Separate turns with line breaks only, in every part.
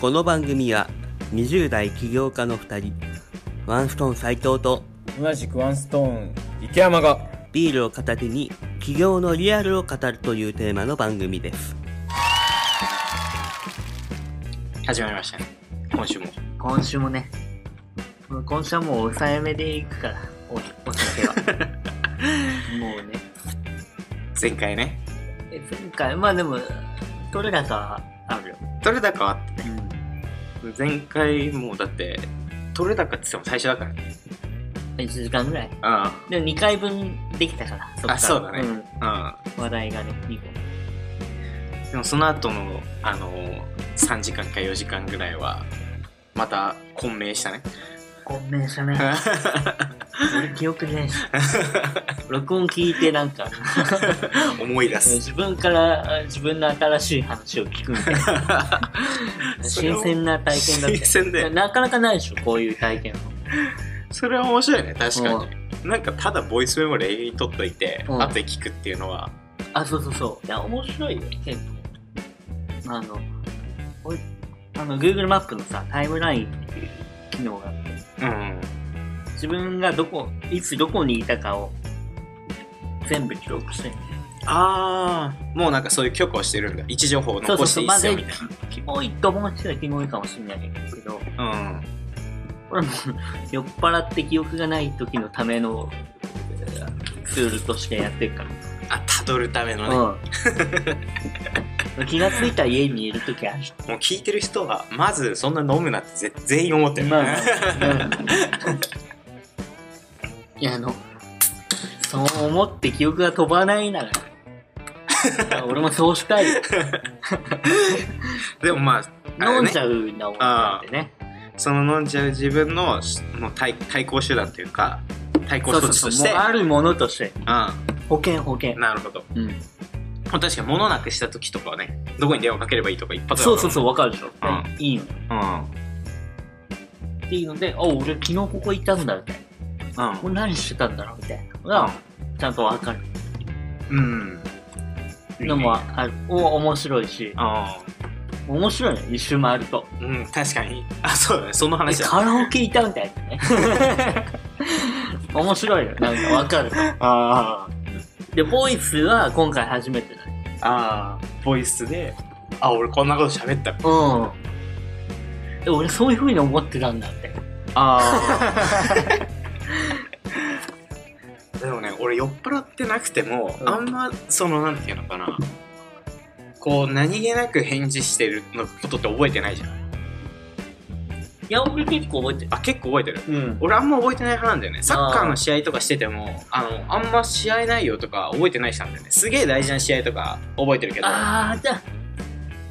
この番組は20代起業家の2人ワンストーン斎藤と
同じくワンストーン池山が
ビールを片手に起業のリアルを語るというテーマの番組です
始まりましたね今週も
今週もね、もう今週はもう抑えめでいくから、おお 酒は。もうね、
前回ね
え前回、まあでも、取れ高はあるよ。
取れ高はあって前回もうだって取れ高って言っても最初だからね
1時間ぐらい。
あ
でも2回分できたから、そっから
あそうだねあ
うん話題がね、2個。
うんでもその後のあの3時間か4時間ぐらいはまた混迷したね
混迷したね。俺記憶ね えし。録音聞いてなんか、
思い出す
自分から自分の新しい話を聞くみたいな。
それ
新
を
鮮な体験だったよ。
新鮮だよ
なかなかないでしょ、こういう体験は。
それは面白いね確かになんかただボイスメモで永遠に取っといて
うん
後で聞くっていうのは
あ、そうそうそう。いや、面白いよ、結構。あの、おいあの、Google マップのさ、タイムラインっていう機能があって、
うん
自分がどこ、いつどこにいたかを全部記録してる。
ああもうなんかそういう許可をしてるんだ位置情報を
そうそ
残
う
していう
そ、
いっ
まあ
すよみ
で
たいな
キキモいと思う人はキモいかもしれないけど、
うん
これも 酔っ払って記憶がない時のためのえーツールとしてやってるから。
あ辿るためのね、
うん 気がついたら家にいる時ある。
もう聞いてる人はまずそんな飲むなってぜ全員思ってる、
まあ、 いや、あの、そう思って記憶が飛ばない なら、俺もそうしたいよ。
でもまああれね
飲んじゃうな、俺なんてね。
その飲んじゃう自分のしもう対対抗手段というか対抗
そう
措
そう
置
そ
と
う、
し
も
て
うあるものとして。
あ
保険、保険
あ。なるほど
うん、
まあ確かに物なくした時とかはねどこに電話かければいいとか一発だか
そ
ら
うそうそう、わかるでしょ。
う
いいの。
うんうん
っていうので、あ、俺昨日ここ行ったんだ、みたいな。これ何してたんだろう、みたいなのが、ちゃんとわかる
うん
のもある。お面白いし、
あ
面白いね、一周回ると。
ーうん確かにあそうだねその
え
話だ
カラオケいたみたいなね 面白いよなんかわかる
あ
でボイスは今回初めてだね
ーあーボイスであ俺こんなこと喋った
うんで俺そういうふうに思ってたんだって
ああ でもね俺酔っ払ってなくても、
うん
あんまそのなんていうのかなこう何気なく返事してるのことって覚えてないじゃん
いや俺結構覚えてる
あ結構覚えてる
うん
俺あんま覚えてない派なんだよねサッカーの試合とかしててもあのあんま試合内容とか覚えてない人なんだよねすげえ大事な試合とか覚えてるけど
ああじゃあ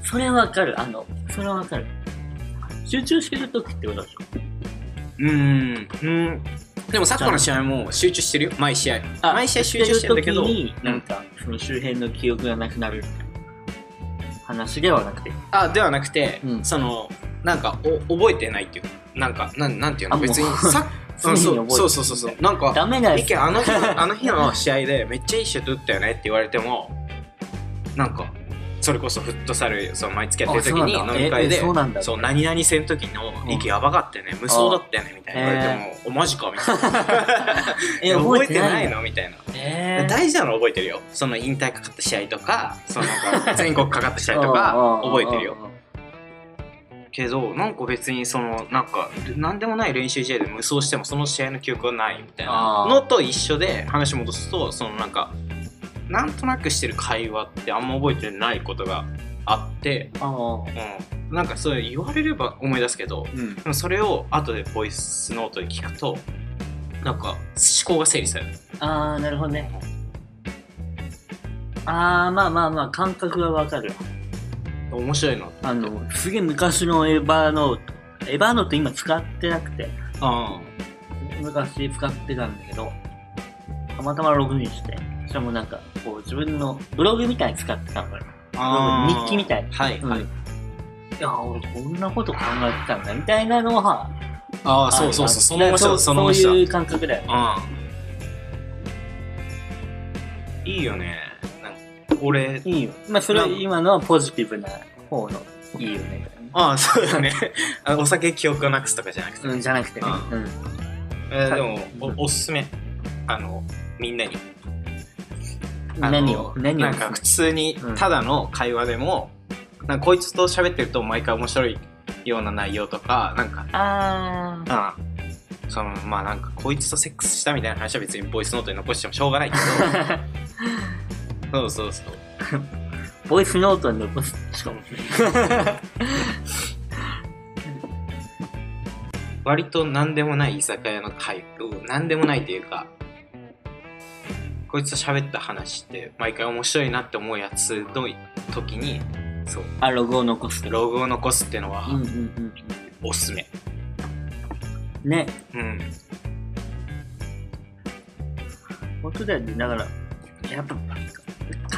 それはわかるあのそれはわかる集中してる時ってことでしょ
うーんうんでもサッカーの試合も集中してるよ毎試合
あ
毎試合集中してるんだけど
してる時になんかその周辺の記憶がなくなる話ではなくて
あではなくて、
うん
そのなんかお覚えてないっていうなんかなんなんていう
あ
の
もう
別 にさ
常に覚えてる
うんそうそうそうそうそうなんか
ダメなや
意
つ
見あの日のあの日の試合でめっちゃいいシュート打ったよねって言われてもなんかそれこそフットサルその毎月やってる時に
あそうなんだ
飲み会で
ええそうなんだ
そう何々戦の時の
うん
息やばかったよね無双だったよねみたいな言われても、おマジかみたいな
え
覚えてない
の
のみたいな
えー
大事なの覚えてるよその引退かかった試合とかそのなん か全国かかった試合とか覚えてるよけどなんか別にそのなんか何でもない練習試合で無双してもその試合の記憶はないみたいな
あー
のと一緒で話戻すとそのなんかなんとなくしてる会話ってあんま覚えてないことがあって、
ああ
うん、なんかそれ言われれば思い出すけど
うん
でもそれを後でボイスノートで聞くとなんか思考が整理される
ああなるほどねああまあまあまあ感覚がわかる
面白いな
あのすげえ昔のエヴァノートエヴァノート今使ってなくて
あ
昔使ってたんだけどたまたまログインしてしかもなんかこう自分のブログみたいに使ってたのかな日記みたい
はい、
な、
はい
うんいや、俺こんなこと考えてたんだ、みたいなのは。
ああ、
の
そうそうそう、その面白
そ
さ、
う
その面
そ
白
う
さ。
いう感覚だよ。
うん。いいよね。なんか俺、
いいよ。まあ、それは
なん
今のはポジティブな方のいいよね。
ああ、そうだね。 あのお酒記憶をなくすとかじゃなくて。
うん、じゃなくてね。
う
うん。
えーで
う
も
ん
お、おすすめ。あの、みんなに。あの
何を何を
なんか普通に
うん
ただの会話でも、なんかこいつと喋ってると毎回面白いような内容とかなんか
あー
ああそのまあなんかこいつとセックスしたみたいな話は別にボイスノートに残してもしょうがないけ どそうそうそう
ボイスノートに残すしかも
割と何でもない居酒屋の会うん何でもないというかこいつと喋った話って毎回面白いなって思うやつの時にそう
あログを残すと
ログを残すっていうのは
うんうんうん
おすすめ
うんね
うん
本当だよねだからやっぱ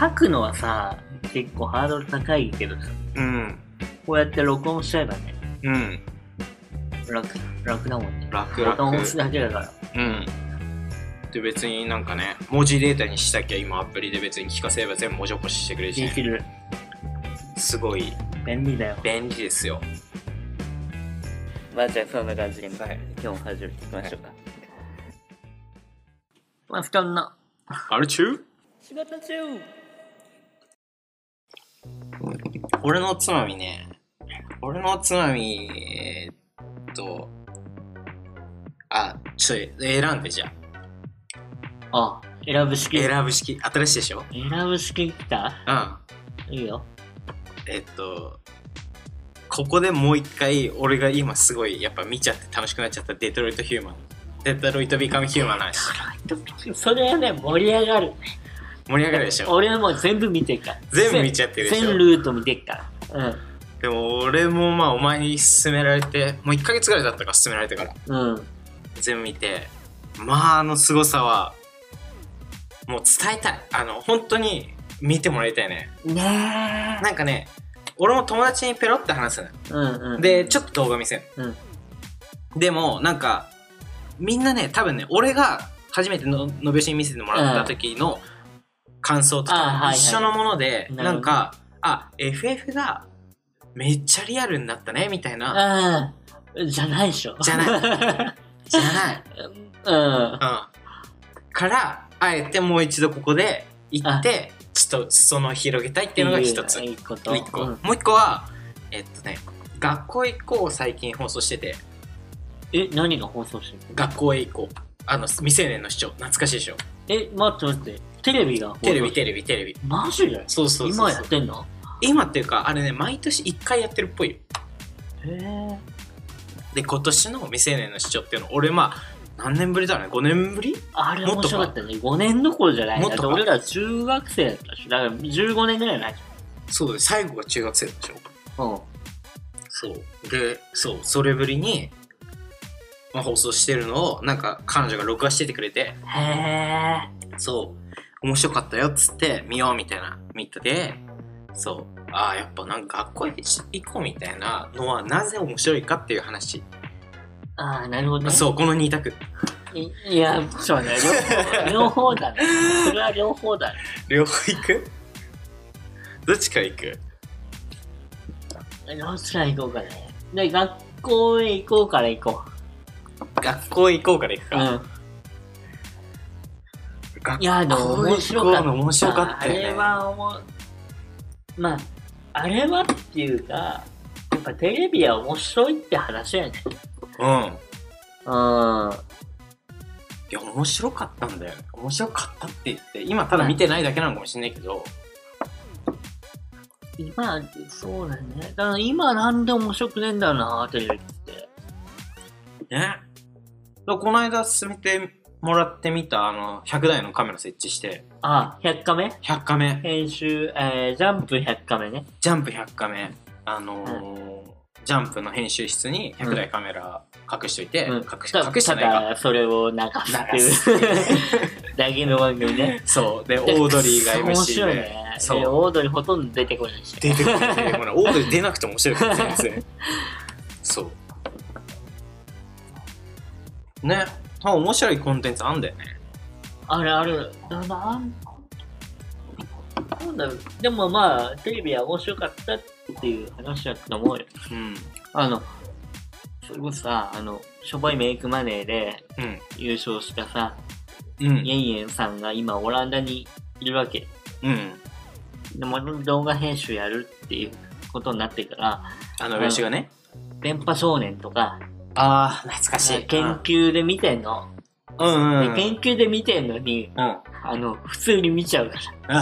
書くのはさ結構ハードル高いけどさ
うん
こうやって録音しちゃえばね
うん
楽楽だもんね
楽
ボタン
々
押すだけだから
うん。で、別になんかね、文字データにしたきゃ今アプリで別に聞かせれば全部文字起こししてくれるし
で
ね、
きる
すごい
便利だよ
便利ですよ。
まあじゃあそんな感じで、
はい
今日も始めていきましょうか、まあ布団の
あれ中
仕事中
俺のおつまみね、俺のおつまみ、えーっと、あ、ちょっと選んでじゃあ。
あ選ぶ式
選ぶ式、新しいでしょ
選ぶ式きた
うん。
いいよ
えっと、ここでもう一回、俺が今すごいやっぱ見ちゃって楽しくなっちゃったデトロイトヒューマン。デトロイトビカムヒューマンの話。
それはね盛り上がる
盛り上がるでしょ
俺はもう全部見てっから
全部見ちゃってるでしょ
全全ルート見てっから
でも俺もまあお前に勧められてもう1ヶ月ぐらいだったから勧められてから
うんうん
全部見てまああの凄さはもう伝えたいあの本当に見てもらいたいね
ね
なんかね俺も友達にペロって話すのよ
えうんうん
でちょっと動画見せる、
うん
でもなんかみんなね多分ね俺が初めてののべしに見せてもらった時の感想と
あーはい
か
はい
一緒のもので、
なるほど
なんかあ FF がめっちゃリアルになったねみたいな
うんじゃないでしょ
じ ゃないじゃない。
うん
うん。から、あえてもう一度ここで行って、ちょっと裾野を広げたいっていうのが一つ。
いいこと
一個。
うん
もう一個は、えっとね、学校へ行こうを最近放送してて、
え何が放送してる
学校へ行こう。あの、未成年の主張、懐かしいでしょ。
え待って待ってテレビが
テレビ、
ビ
テレビ、テレビ。
マジで
そうそうそうそう。
今やってんの
今っていうか、あれね、毎年一回やってるっぽいよ。
へえ
で、今年の未成年の主張っていうの、俺まあ、何年ぶりだろうね、5年ぶり
あれ
もっ
面
とか
白かったね5年どころじゃない
も
な
っ
だ
と
っ
か
て俺ら中学生だったしだから15年ぐらいない
そうだよ最後が中学生でしょ。
うん
そう。で、そう、それぶりに、まあ、放送してるのを、なんか彼女が録画しててくれて、
へえ
そう、面白かったよっつって、見ようみたいな、見たで、そう、ああ、やっぱなんか学校へ行こうみたいなのはなぜ面白いかっていう話。
ああなるほどね
そう、この2択。
いいや、そうね、 両方両方だね。それは両方だね。
両方行くどっちから行く
どっちから行こうかね。で、学校へ行こうから行こ
学校へ行こうから行く
う。
か。
う
学
ん。いや、でも面白かった。
校へ行こうの面白かったよね
あれは思う。まあ、あれはっていうか、やっぱテレビは面白いって話やね。
うん。
うん。
いや、面白かったんだよね。面白かったって言って、今ただ見てないだけなのかもしれないけど、
今、そうだね。だから今なんで面白くねえんだよな、テレビって。
ね。だからこの間進めてもらってみた、あの、100台のカメラ設置して、
あ、100カメ
100カメ、
編集、えー、ジャンプ100カメね。
ジャンプ100カメ、あのージャンプの編集室に100台カメラ隠しといて、
うん
隠し隠してない
た
か。
だそれを流すっ
流
ていうだけの番組ね
そう。で、オードリーが
面
MC
白い
で、
ねない。
そう
でオードリーほとんど出てこないし。
出てこない出て こないオードリー出なくても面白いから全 然そうね多分面白いコンテンツあんだよね
あれあれ、ななんなんだろう。でもまあ、テレビは面白かったっていう話だったと思うよ。
うん
あの、それこそさ、あの、しょぼいメイクマネーで
うん
優勝したさ、
う
イェ
ん
ンイェンさんが今オランダにいるわけ。
うん
でも動画編集やるっていうことになってるから、
あの練習がね
電波少年とか、
ああ懐かしい
研究で見てんの。
うんうんうん
で研究で見てんのに、
うん
あの、普通に見ちゃうから。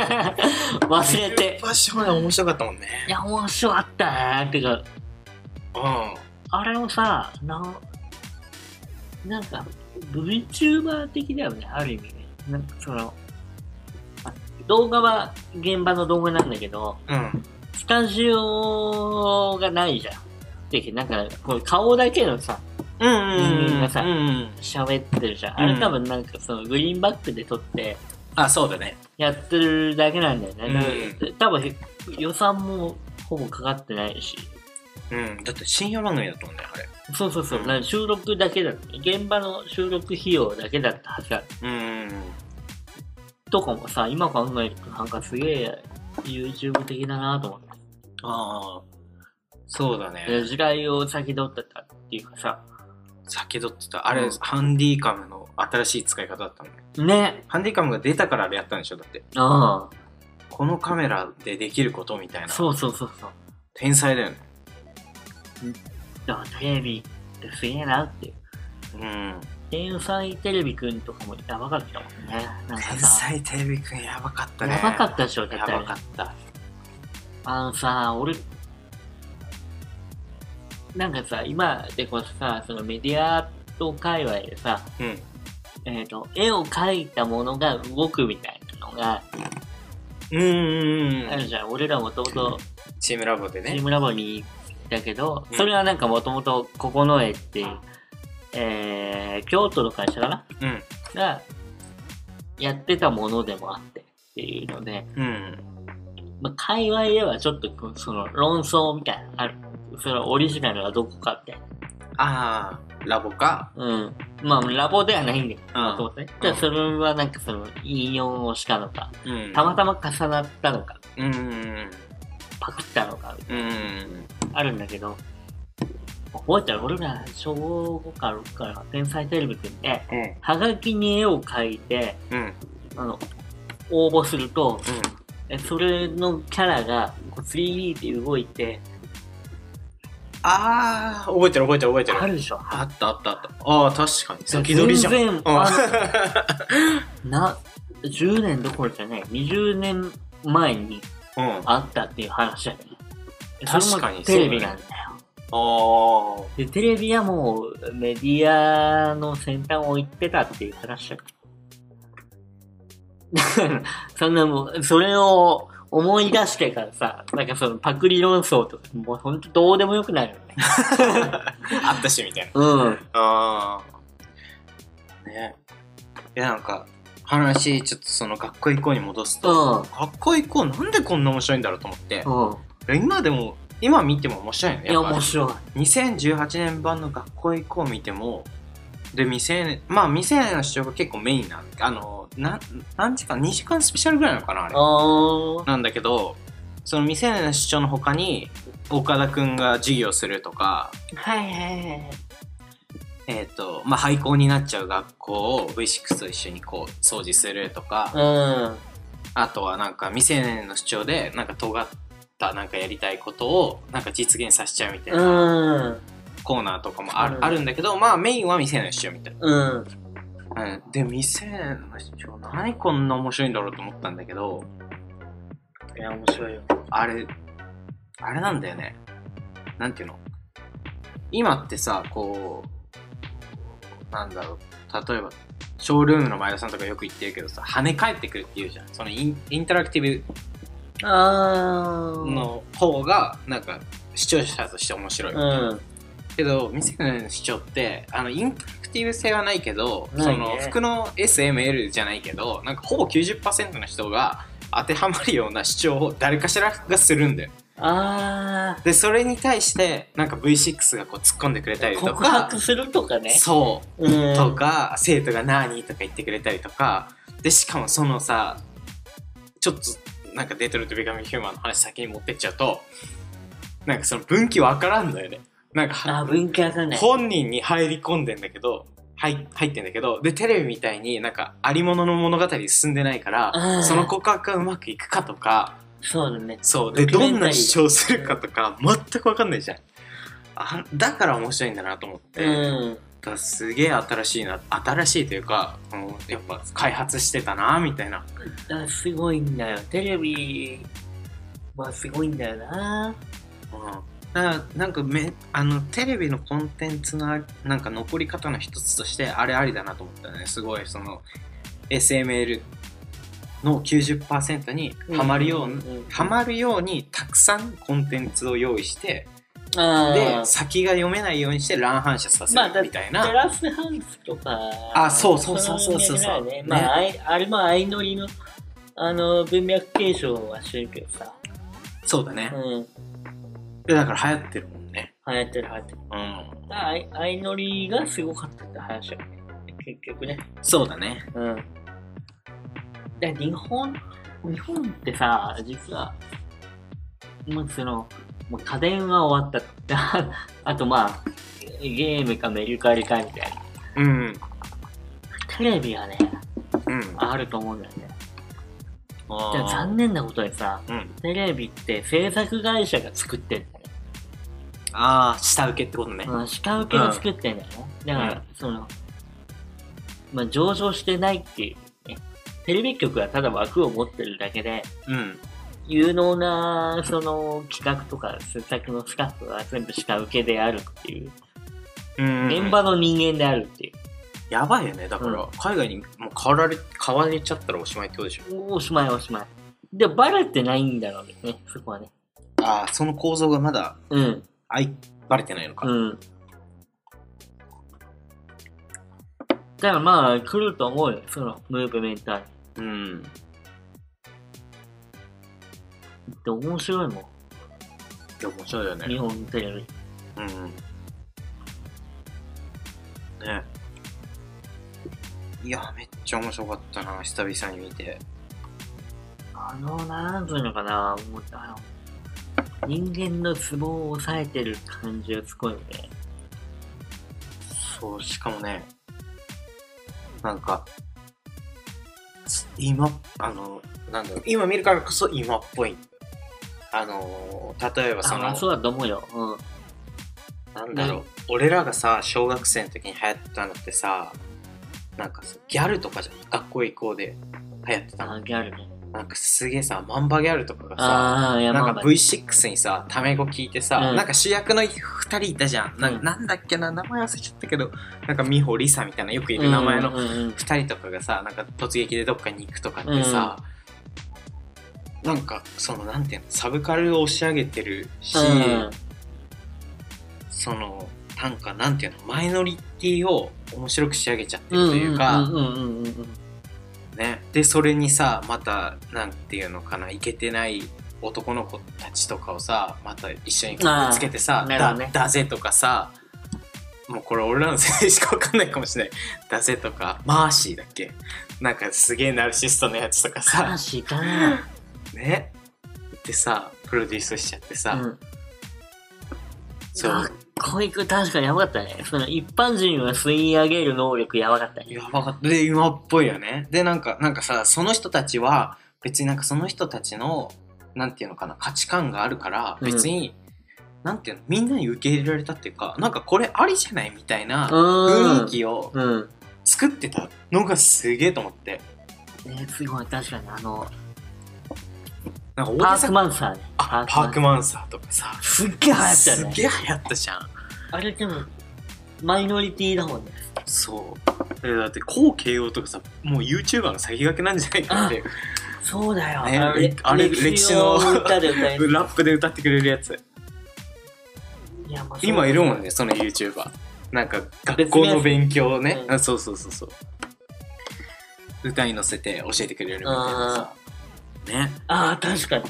忘れて。
ファッションは面白かったもんね
いや、面白かったね。てか、
う
あれもさ、な、なんか、VTuber 的だよね、ある意味ね。なんかその、あ動画は現場の動画なんだけど、
んうん
スタジオがないじゃん。で、なんか、これ顔だけのさ、
うんうん
人間がさ
うんうん
喋ってるじゃん。
うん
あれ多分なんかそのグリーンバックで撮って、
あそうだね
やってるだけなんだよね。多分予算もほぼかかってないし。
うんだって深夜番組だったもんねあれ
そうそうそう。
うん
なんか収録だけだ現場の収録費用だけだったはずだ。
うん
とかもさ、今考えるとなんかすげえ YouTube 的だなと思って。
ああそうだね
時代を先取ってたっていうかさ。
先取ってたあれ、
うん
ハンディカムの新しい使い方だったのね
ね。
ハンディカムが出たからあれやったんでしょだって
あ
このカメラでできることみたい
あ。
な
そうそうそうそう。
天才だよね
だからテレビってすげえなっていう。
うん
天才テレビくんとかもやばかったもんね。なんか
天
さ、
才テレビくんやばかったね
やばかったでしょ、だ
や
ってあ
ば
れ
かった
あのさ、俺、なんかさ、今でこそさ、そのメディアと界隈でさ、
うん
えっ、と、絵を描いたものが動くみたいなのが、
うんうんう
ある
ん
じゃん。俺らもともと
チームラボで
チー
ね
ムラボにだけど、
うん
それはなんかもともとここの絵っていう、えー、京都の会社かな
うん
が、やってたものでもあってっていうので、
うん
まあ、界隈ではちょっとこうその論争みたいなのある。そのオリジナルはどこかって。
ああラボか
うん。まあ、ラボではないんだよ。
うん
もともとね。じゃあ、それはなんかその、引用をしたのか、
うん
たまたま重なったのか、
うんうん
パクったのか、
うんうん
あるんだけど、覚えたら俺ら、小5か6から、天才テレビくんで、
うん
はがきに絵を描いて、
うんうん
あの、応募すると、えそれのキャラがこう 3D で動いて、
ああ覚えてる覚えてる覚えてる
あるでしょ。
あったあったあったああ確かに先取りじゃん
全然
うん
あな、10年どころじゃない、20年前に、
うんあ
あったっていう話だよね。
確かに
それもテレビなんだよ。
あ
で、テレビはもうメディアの先端を行ってたっていう話だよ。だから そんなもう、それを思い出してからさ、なんかそのパクリ論争とか、もうほんとどうでもよくなるよね。
あったしみたいな
うん。
ああ。ねいや、なんか、話、ちょっとその学校行こうに戻すと、
うん。
学校行こうなんでこんな面白いんだろうと思って、
うん。
今でも、今見ても面白いの
いや、
よ。やっぱ
面白い。
2018年版の学校行こう見ても、で、未成年、まあ未成年の主張が結構メインなんあの、な何時間 ?2 時間スペシャルぐらいなのかなあれ。
あ
なんだけど、その未成年の主張の他に、岡田くんが授業するとか、
ー。はいはいはい。
えっ、と、まあ、廃校になっちゃう学校を V6 と一緒にこう、掃除するとか、
うん。
あとはなんか未成年の主張で、なんか尖ったなんかやりたいことを、なんか実現させちゃうみたいな
うん。
コーナーとかもある,、
うん
あるんだけど、まあ、メインは未成年の主張みたい
うん。
な。うん。で、未成年の主張、何こんな面白いんだろうと思ったんだけど、
いや、面白いよ。
あれ、あれなんだよね。なんていうの今ってさ、こう、なんだろう、例えば、ショールームの前田さんとかよく言ってるけどさ、跳ね返ってくるって言うじゃん。そのインインタラクティ
あー。
ブの方が、なんか、視聴者として面白い。
うん。
けど、見せない視聴って、あの、インタラクティブ性はないけど、
ない
そ
ね
の、服の SML じゃないけど、なんかほぼ90%の人が、当てはまるような主張を誰かしらがするんだよ
あ
でそれに対してなんか V6 がこう突っ込んでくれたり
ー、
と
告
か
白するとかね。。
そううんとか、生徒が何とか言ってくれたりとかでしかもそのさちょっとなんかデートルとビカミヒューマンの話先に持ってっちゃうとなんかその分岐分からんだよねなん
あ
か
ー、文化がね。
本人に入り込んでんだけど入入ってんだけどでテレビみたいになんかありものの物語に進んでないから、
うん
その告白がうまくいくかとか
そうだね。
そうで
ドキュ
ど
メンタリー
んな主張するかとか全く分かんないじゃんあだから面白いんだなと思って、
うん。
だからすげえ新しいな新しいというか、うん、やっぱ開発してたなみたいな
だからすごいんだよ。テレビはすごいんだよな。
だからなんかめあのテレビのコンテンツのなんか残り方の一つとしてあれありだなと思ったねすごいその SML の90%にはまるように、
んん
はまるようにたくさんコンテンツを用意して
あー
で先が読めないようにして乱反射させ
まあだ
るみたいな、
テラスハウスとか。
あそうそうそうそうそう
の辺ぐらいねまあ、あいあれも相乗りの、あの、文脈継承はしてるけどさ。
そうだね
う、ん。
でだから流行ってるもんね
流行ってる流行ってる。
うん
だから相相乗りがすごかったって話だよね。結局ね。
そうだね
うん。で日本、日本ってさ、実は、もうその、もう家電は終わったって。 ああとまあ、ゲームかメルカリかみたいな。
うん
テレビがね、
うん
あると思うんだよね。
あ
でも残念なことにさ、
うん、
テレビって制作会社が作ってんだよね。
ああ下請けってことね
うん、下請けが作ってんだよね。だから、
うん
その、まあ上場してないっていうね。テレビ局がただ枠を持ってるだけで、
うん
有能なその企画とか制作のスタッフは全部下請けであるっていう、
うん
現場の人間であるってい
やばいよねだから、
う
海外にもう買われ買われちゃったらおしまいってことでしょ
う、おしまいおしまい。で、バレてないんだろうね、そこはね。
ああその構造がまだ
うん、
あいバレてないのか、
うん。だからまあ、来ると思うよ、そのムーブメンター
うん、
って面白いもん、
いや面白いよね
日本のテレビ。
うんねいやめっちゃ面白かったな久々に見て
あの、なんつうのかな、もう、あの、人間のツボを抑えてる感じがすごいよね。
そうしかもねなんかつ今あのなんだろう今見るからこそ今っぽいあの例えばそ
あ、ま
の
あ、そうだと思うよ。うん。
なんだろう俺らがさ小学生の時に流行ったのってさなんかさギャルとかじゃん学校移行で流行ってた
あ
の
ギャルね。
なんかすげえさマンバギャルとかがさ
ああ、山
なん
形
か V6 にさタメ語聞いてさ、
うん
なんか主役の2人いたじゃんな
うん
んなんだっけな名前忘れちゃったけどなんか美穂りさみたいなよくいる名前の
うんうんうん
2人とかがさなんか突撃でどっかに行くとかってさ、なんかそのなんていうのサブカルを押し上げてるし、
うん
そのなんかなんていうのマイノリティを面白く仕上げちゃってるというか、
んうんうんうんうん
ね、でそれにさまたなんていうのかないけてない男の子たちとかをさまた一緒にくっつけて
あ
さ「
ーなるほ
だ
どね
だぜ」とかさもうこれ俺らの世代しかわかんないかもしれない 「だぜ」とか「マーシー」だっけなんかすげえナルシストのやつとか さ
話 かな。
ねでさプロデュースしちゃってさ、
うん
そ
かっ
う
こいい確かにやばかったね。その一般人は吸い上げる能力やばかったね。
やばかった。で、今っぽいよね。で、なんか、なんかさ、その人たちは、別になんかその人たちの、なんていうのかな、価値観があるから、
うん
別に、なんていうの、みんなに受け入れられたっていうか、なんかこれありじゃないみたいな
うん
雰囲気を
うん。
作ってたのがすげえと思って。
ね、すごい、確かにあの、
なんか
パ
大
ー
げさ
クマンサーね。
あパーク
マン。
マンサーとかさ、
すっげえ流行ったよ
す
ね。
げえ流行ったじゃん。
あれでも、マイノリティだもんね。
そう。えだって、こう慶応とかさ、もう YouTuber の先駆けなんじゃないかっていう。
そうだよ。
ねあれ歴史の
歌で歌 える。
ラップで歌ってくれるやつ。
いやまあそう
今いるもんねその YouTuber なんか学校の勉強をね
別のやつ、うん
あそうそうそうそう歌に乗せて教えてくれるみたいなさね。
ああ、確かに。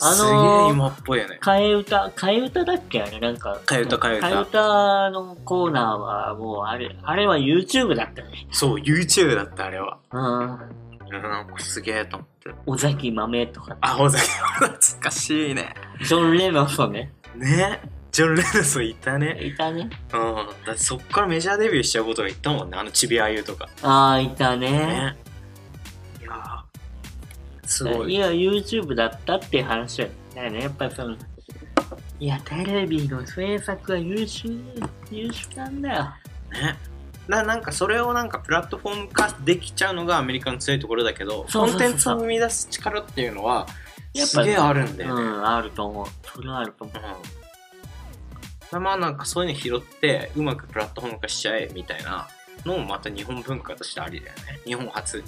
あ
すげえ
のー、
今っぽいよね。
替え歌、替え歌だっけあれなんか。
替え歌替え歌
替え歌のコーナーはもうあれ、あれは YouTube だったね。
そう、YouTube だった、あれは。
うん。
うんなんかすげえと思って。
尾崎豆とか、
あ、尾崎、懐かしいね。
ジョン・レノンもね、
ね。ジョン・レノスいたね。
いたね。
うん。だってそっからメジャーデビューしちゃうことが言ったもんね。あのちびあゆとか。
ああ、いたね。
ね。いやーすご
い
い。
や、YouTube だったっていう話だよね。やっぱりその、いや、テレビの制作は優秀、優秀なんだよ。
ね。ななんかそれをなんかプラットフォーム化できちゃうのがアメリカの強いところだけど
そう
コ
そうそうそう
ンテンツを生み出す力っていうのは
やっぱ
すげえあるんだよ
う
ね、
ん、あると思う。それはあると思う。
うん、まあなんかそういうの拾ってうまくプラットフォーム化しちゃえみたいなのもまた日本文化としてありだよね日本初
い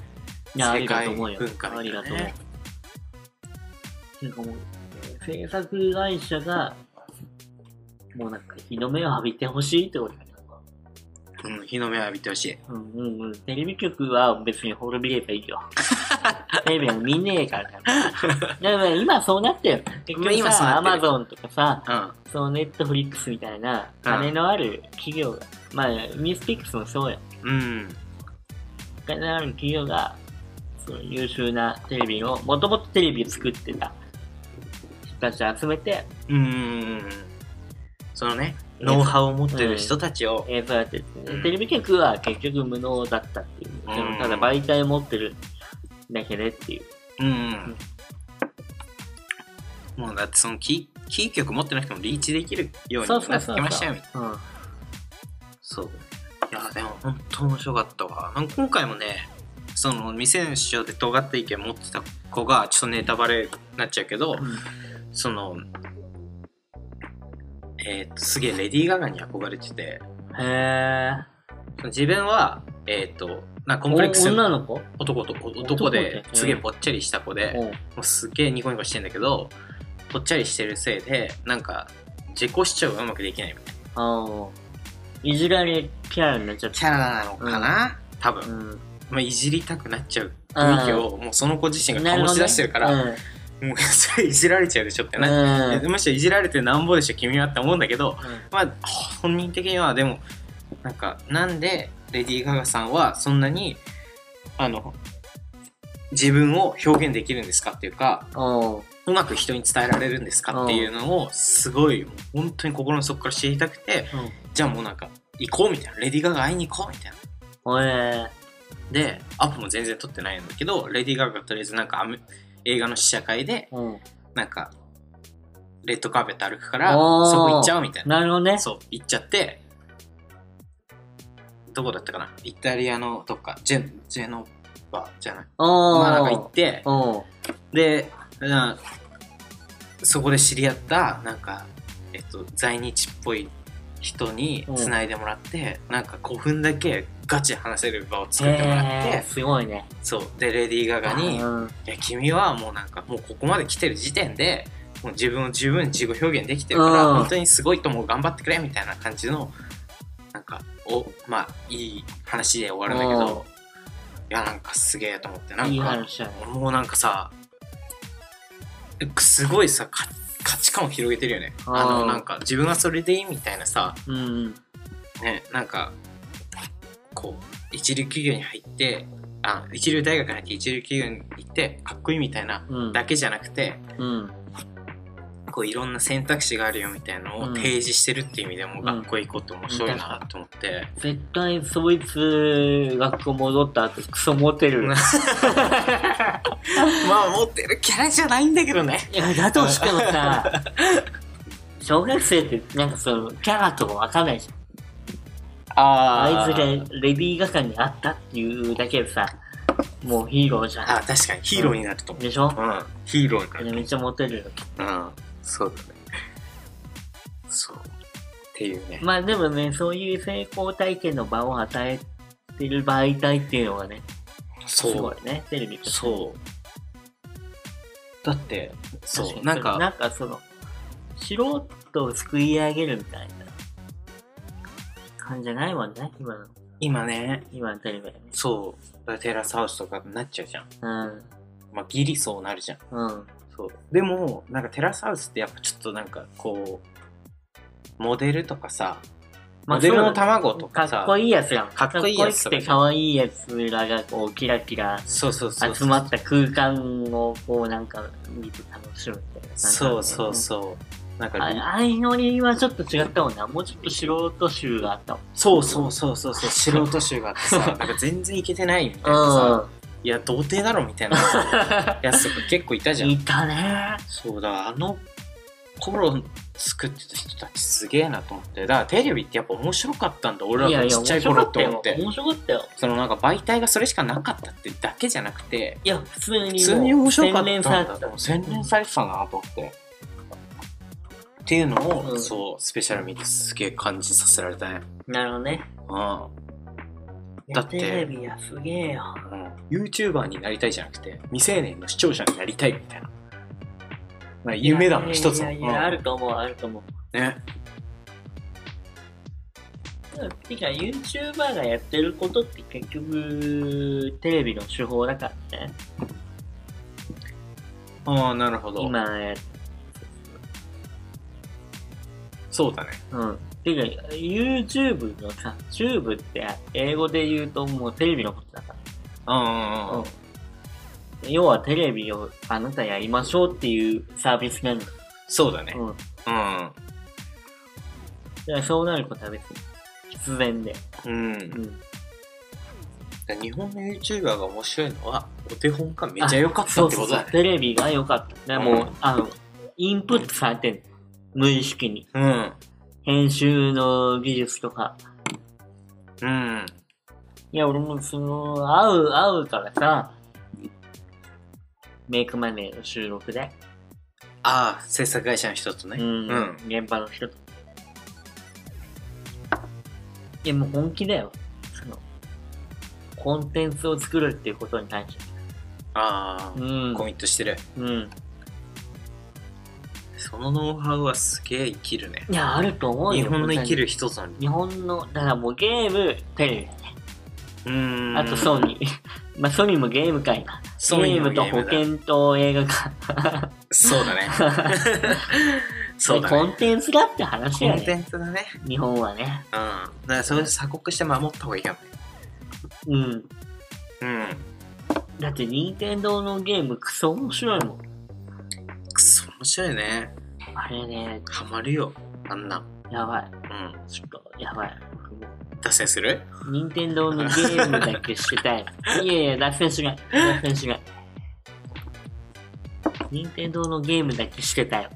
や、あり
世
だ
界
と思うよ。
文化み
あ
たい
り
な
だと思う
ね。
ていうかもう、制作会社が、もうなんか日の目を浴びてほしいってことだね。
うん日の目を浴びてほしい
うんうんうん。テレビ局は別に滅びればい いよ。テレビも見ねえからね。でも今そうなってる。結
まあ
局
今そう
さ、
な
アマ
ってる
ゾンとかさ、
うん
そのネットフリックスみたいな
うん
金のある企業が、まあ、ミュースピックスもそうよ。
うん
金のある企業が、その優秀なテレビを、もともとテレビを作ってた人たちを集めて、
うんうんうんそのねノウハウを持ってる人たちを、
えーそうやって
うん
テレビ局は結局無能だったっていう。
うん
でもただ媒体持ってるだけでっていう。
うんうんもうだってそのキーキー局持ってなくてもリーチできるように
そうそ
な
う
って
そうそう
きましたよみたいな
うん。
そう。いや、でも本当面白かったわ。なんか今回もね、その未選手で尖った意見持ってた子が、ちょっとネタバレになっちゃうけど、その、えっ、と、すげえレディー・ガガに憧れてて、
へ
自分は、えっ、と、なんかコ
ー。
ンプレックス
お
の
女の子
男と男で
男で、
すげえぽっちゃりした子で、
おう
もうすげえニコニコしてんだけど、ぽっちゃりしてるせいで、なんか、自己主張がうまくできないみたいな。
あーいじられキャラになっちゃっ
キャラなのかな、多分
た。。うん。
まあ、いじりたくなっちゃう雰囲気をもうその子自身が
なる
醸
ほど
し
ね
出してるから
うん。
もうそれいじられちゃうでしょってね、
うん
でむしろいじられてなんぼでしょ君はって思うんだけどまあ本人的にはでもなんかなんでレディー・ガガさんはそんなにあの自分を表現できるんですかっていうか
おう
うまく人に伝えられるんですかっていうのをすごいもう本当に心の底から知りたくてじゃあもうなんか行こうみたいなレディー・ガガ会いに行こうみたいな。
うん。え
でアップも全然撮ってないんだけどレディー・ガガがとりあえずなんかアメ映画の試写会で
ー。うん。
なんかレッドカーペット歩くからそ
おー
こ行っちゃおうみたいな
なるほどね。
そう行っちゃってどこだったかなイタリアのどっかジェジェノバじゃない
お
まあなんか行っ
ー。
て
おう
でなそこで知り合ったなんか、えっと、在日っぽい人につないでもらってなんか5分だけガチで話せる場を作ってもらって、
へーすごいね。
そうでレディー・ガガに
う
「
ん
いや君はもうなんかもうここまで来てる時点でもう自分を十分に自己表現できてるから、
うん
本当にすごいと思う頑張ってくれ」みたいな感じのなんかおまあいい話で終わるんだけど、いやなんかすげえと思ってなん
いい
か
話だね。
もうなんかさすごいさか価値観を広げてるよね。
うん
あのなんか自分はそれでいいみたいなさ
うん。
ね、なんかこう一流企業に入ってあ一流大学に入って一流企業に行ってかっこいいみたいな
うん。
だけじゃなくて
うん。
こういろんな選択肢があるよみたいなのを
うん
提示してるっていう意味でも
うん
学校行こうって面白いなと思って、
絶対そいつ学校戻った後クソモテる。
まあ持ってるキャラじゃないんだけどね
いやだとしても さ小学生ってなんかそのキャラとかわかんないじゃんあ
あ
いつレレディー・ガガに会ったっていうだけでさもうヒーローじゃ
あ確かにヒーローになると
ん
思う、
でしょ
うんヒーローになる
めっちゃモテるよ
うんそうだねそうっていうね
まあでもねそういう成功体験の場を与えてる媒体っていうのがねす
そう
ごいねテレビとして
そう。だって、
確
そ
に
う、なんか、
なんかその素人を救い上げるみたいな感じじゃないもんね今の
今ね、
今のテレビはね
そう、だからテラスハウスとかになっちゃうじゃん。
うん
まあ、ギリそうなるじゃん。
うん。
そうでも、なんかテラスハウスってやっぱちょっとなんかこう、モデルとかさ、モデルの卵とかさ、
かっこいいやつら。
かっこいいやつ
か
と
っこ
か
よくて可愛いやつらがこうキラキラ
そうそうそう
集まった空間をこうなんか見て楽しむみたいな感じだね。
そうそうそう。なん
あ
か、
あいのりはちょっと違ったもんな。もうちょっと素人集があったもん。
そうそうそうそうそう、 素人集があってさ、なんか全然いけてないみたいなさ、いや、童貞だろみたい なやつとか結構いたじゃ
い
ん。
たね。
そうだ、あの頃作ってた人たちすげえなと思って、だからテレビってやっぱ面白かったんだ、俺らがちっちゃい頃って思って。
面白かったよ。
そのなんか媒体がそれしかなかったってだけじゃなくて、
いや、普通にもう。
普通に面白かった
洗
ん
練
だ
されてた。
洗練されてたなと思って。っていうのを、
うん
そう、スペシャル見てすげえ感じさせられたね。
なるほどね。
うん。
いや
だって
テレビはすげえよ。
YouTuber になりたいじゃなくて未成年の視聴者になりたいみたいなまあ夢だもん一つ
い
の
やいやいやあると思う、あると思う。
うんね
てか YouTuber がやってることって結局テレビの手法だからね
ああなるほど
今や
そうだね
うんてか YouTube のさ Tube って英語で言うともうテレビのことだか
うんうん
ら、
うん
要はテレビをあなたやりましょうっていうサービスなんだ、
そうだね
うん、
う
だ
ん
からそうなることは別に必然で、
うん、
う
だから
ん、
日本の YouTuber が面白いのはお手本がめちゃ良かった
そ
っ
う
て
そ
こ
う
と
そ
だ
う
ね
テレビが良かったでもうあのインプットされてんの無意識に
うん
編集の技術とか
うん
いや、俺もその、会う、会うからさ、メイクマネーの収録で、
ああ制作会社の人とね
うん、
うん
現場の人と。いや、もう本気だよ。その、コンテンツを作るっていうことに対して。
ああ、
うん。
コミットしてる
うん。
そのノウハウはすげえ生きるね
いや、あると思うよ。
日本の生き
る。
る一つの
日本の、だからもうゲーム、テレビ、
うん
あとソニー。 まあ、ソニーもゲームかいな。ゲ
そうい
ー
うの
ムと
ゲー
保
ムだ
険と映画か。
そう だね。そうだ
コ
ね。
ンテンツだって話だ
コ
よ
ンテ
ね。
ンツだね。
日本はね
うん。。だからそれを鎖国して守った方がいいかもね。
うん。
う
だって、任天堂のゲーム、クソ面白いもん。
ん。くそ面白いね。
あれね、
ハマるよ。あんな。
やばい。
うん。
ちょっと、やばい。も
脱線する
う任天堂のゲームだけしてたい。いやいや、脱線しない。脱線しない。任天堂のゲームだけしてたよ。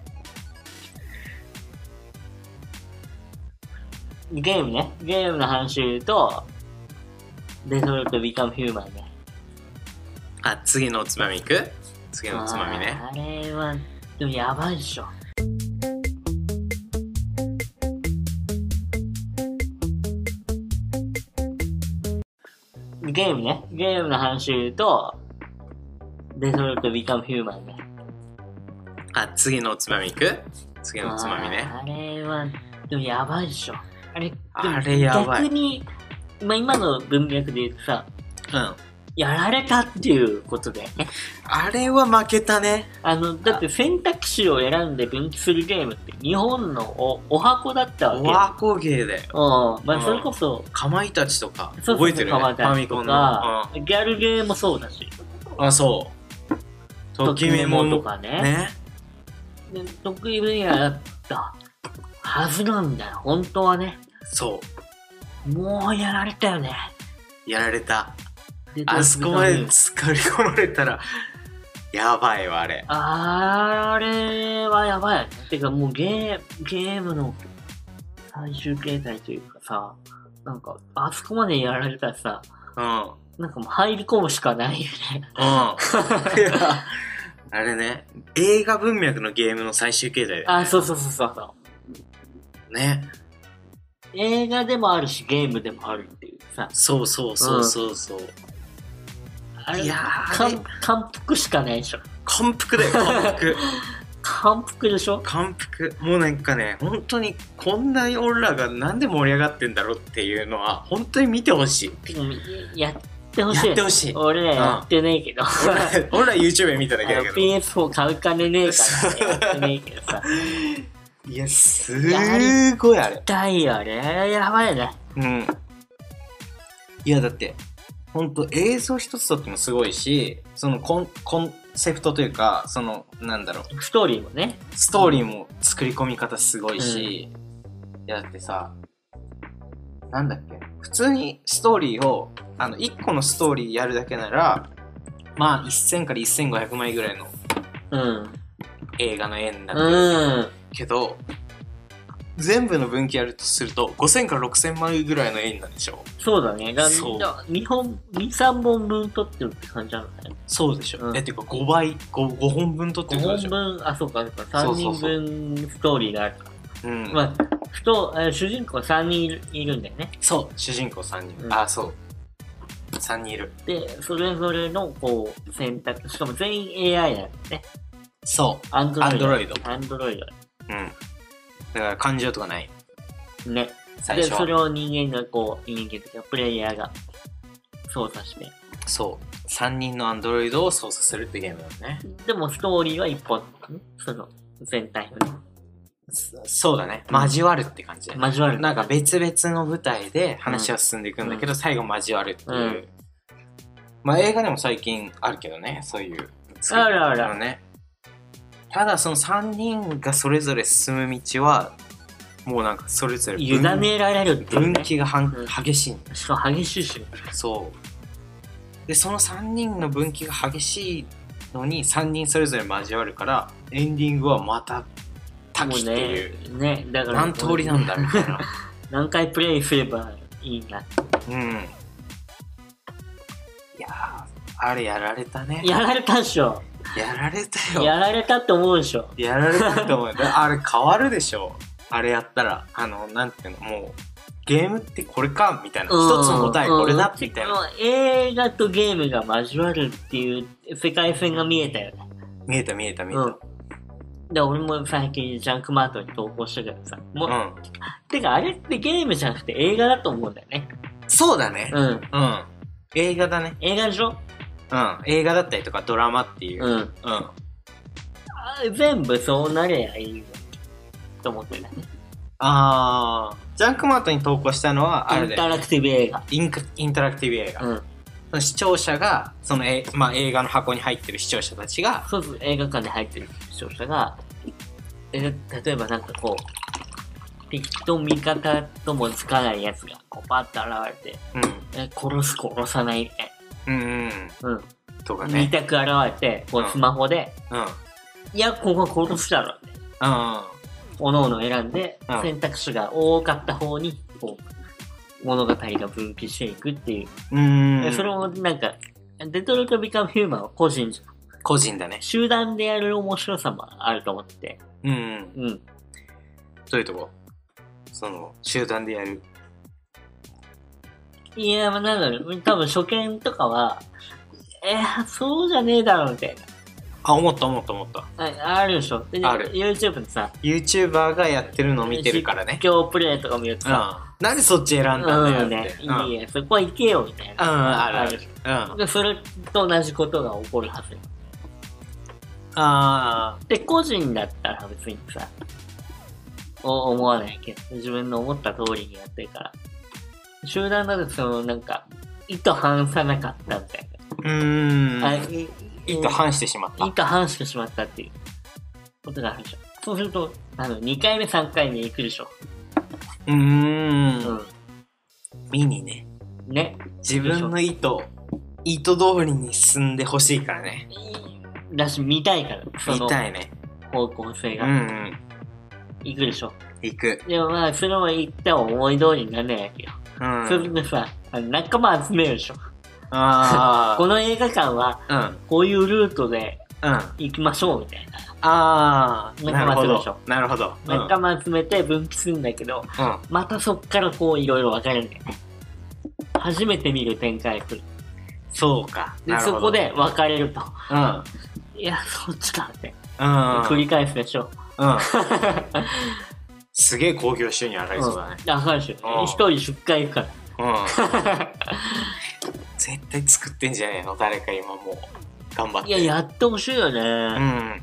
ゲームね。ゲームの話言うと、デトロイト・ビカム・ヒューマンね。
あ、次のおつまみいく次のおつまみね。
あれは、でもやばいっしょ。ゲームね。ゲームの話言うと、デトロイト・ビカム・ヒューマンね。
あ、次のおつまみいく次のおつまみね。
あれは、でもやばいっしょ。あれ、でも
あれやばい
逆に、まあ、今の文脈で言うとさ、
うん。
やられたっていうことだよね。
あれは負けたね。
あの、だって選択肢を選んで分岐するゲームって日本のおお箱だったわ
お
けよ。
わこげだよ。
うん。ま
うん
あ、それこそ、
かまいたちとか、
そうそう
覚えてる
か
フ
まいた
ァ
ち
ミ
と
コン
か
の。、
ギャルゲーもそうだし、
うんあ、そう。ときめも
と
とか
かね。
ね。
で得意分野だったはずなんだよ、本当はね。
そう。
もうやられたよね。
やられた。あそこまで疲れ込まれたら、やばいわ、あれ。
あれはやばいよね。てかもうゲーゲームの最終形態というかさ、なんか、あそこまでやられたらさ、
うん。 うん。
なんかもう入り込むしかないよね。
あれね、映画文脈のゲームの最終形態だよ
あ、そうそうそうそうそう。
ね。
映画でもあるし、ゲームでもあるっていうさ、
そうそうそうそうそう。
あれ
いやーあれ
感感服しかないでしょ。
感服だよ、感 服。
感服でしょ
感服。もうなんかね、本当にこんな俺らがなんで盛り上がってんだろうっていうのは、本当に見てほしい。
うんやってほしい。
やってほしい
俺らやってねえけど。
俺ら YouTube で見ただけ
あ
だ
の
けど。
PS4 買う金ねえからやってねえけどさ。
いや、すーごいあれ。
痛いよね。やばいね。
うん。いや、だって、ほんと映像一つとってもすごいし、そのコン、コンセプトというか、その、なんだろう、
ストーリーもね。
ストーリーも作り込み方すごいし、いやだってさ、なんだっけ、普通にストーリーを、あの、1個のストーリーやるだけなら、まあ、1000から1500枚ぐらいの
うん。
映画の絵になる
うん。
けど、全部の分岐やるとすると、5000から6000枚ぐらいの絵になるでしょ
そうだね。だ
そう
だ日本、2、3本分撮ってるって感じなんだよね。
そうでしょ、
うん
え、っていうか5倍、5, 5本分撮って
5
るってことでし
本
ょ
分、あ、そうか、そうか、
そ
3
うそう
人
そう
分ストーリーがあるから。
うん。
まあ、ふと、えー主人公3人いるいるんだよね。
そう、主人公3人。
うん
あ、そう。3人いる。
で、それぞれの、こう、選択。しかも全員 AI なんだよね。
そう。
アンドロイド。
Android
アンドロイ
うん。だから感情とかない。
ド。ね。
最
で、
初は
それを人間がこう、人間というか、プレイヤーが操作して。
そう。3人のアンドロイドを操作するってゲームだよね。
でも、ストーリーは一本、んその、全体のね。
そそうだね。交わるって感じだよね。
交わる。
なんか別々の舞台で話は進んでいくんだけど、最後交わるっていう。
うん
まあ映画でも最近あるけどね、そういう。
あるある
のね。ただその3人がそれぞれ進む道は、もうなんかそれぞれ
委ねられるっていう、
分
ね。
岐がはん
うん
激しいんだよね
しかも激しいし。
そうでその3人の分岐が激しいのに3人それぞれ交わるからエンディングはまた多岐っていう
もうね、ね、だから。
何通りなんだみたいな
何回プレイすればいいな。
うんいやーあれやられたね
やられたっしょ。
やられたよ
や
や
られたって思うでしょ。
られたと思うだ あれ変わるでしょあれやったらあのなんていうのもうゲームってこれかみたいな一つの答えこれだみたいな
うん映画とゲームが交わるっていう世界線が見えたよね。
見えた見えた見え
うん
た。
で、俺も最近ジャンクマートに投稿したけどさ。もう、
うん
てかあれってゲームじゃなくて映画だと思うんだよね。
そうだね
うん。
うん映画だね
映画でしょ
うん、映画だったりとかドラマっていう、
うんん。あ全部そうなりゃいいのにと思ってね。
あージャンクマートに投稿したのはあ
イ
れ
ン
で
タラクティブ映画。
インクインタラクティブ映画、
うん。
その視聴者がその、えまあ、映画の箱に入ってる視聴者たちが
そうそう、映画館で入ってる視聴者が、え例えばなんかこう、敵と味方ともつかないやつが、こう、パッと現れて、
うん
え殺す、殺さないみたい
うんうん
な。うん。
とか
二
ね
択現れて、こ
うん
う、スマホで、
うんうん
いや、ここ殺すだろって、おのおの選んで
うん、
選択肢が多かった方に、こう、物語が分岐していくっていう。
うんう
え
ん
それもなんか、デトロイト・ビカム・ヒューマンは個人じゃん、
個人だね
集団でやる面白さもあると思ってて、
うんうん
うん。
どういうとこその集団でやる
いや、まあ、なんだろう、多分初見とかは、えー、そうじゃねえだろ、みたい
あ思った思った思った
な。ああるでしょ。で
ある
YouTube でさ、
YouTuber がやってるのを見てるからね
実況プレイとか見ると
うん
さ、
なんでそっち選んだんだよ
う
っ
ん、ね
て、、
い
うん、う
い
ん
や、そこは行けよ、みたいな。
あるある
でし
うん
ょで、それと同じことが起こるはずよ。
あ
で、個人だったら別にさ、お思わないけど、自分の思った通りにやってるから。集団だと、その、なんか、意図反さなかったみたい
ーうーん
な。あい
意図反してしまった
一回反してしまったっていうことがあるでしょ。そうすると、あの、2回目、3回目行くでしょ。
うー
うん
見にね
ん。ね。
自分の意図意図通りに進んでほしいからね
だし、見たいから、そ
見
の
たいね
方向性
う
が。
んうん
行くでしょ。
行く
でもまあ、それも行ったら思い通りにならないわけよ。
うん
それでさ、あの仲間集めるでしょ。
あ
この映画館は、
あうん
こういうルートで
うんあ
行きましょう、みたいな。
あーなる
仲
ほ
間集めましょ
どなるほどうん
仲間集めて分岐するんだけど、
うん
またそっからこう、いろいろ分かれるんだよね。初めて見る展開来る。
そうか
で
なるほど
そこで分かれると。
うん
いや、そっちかって。
うん
繰り返すでしょ。
うんすげえ興行収入上がりそうだね
ん。あ、そうでし
うん
ょ。一人10回行くから。
うん絶絶対作ってんじゃねえの誰か今もう頑張って
いや、やってほしいよ
う
ね。
ん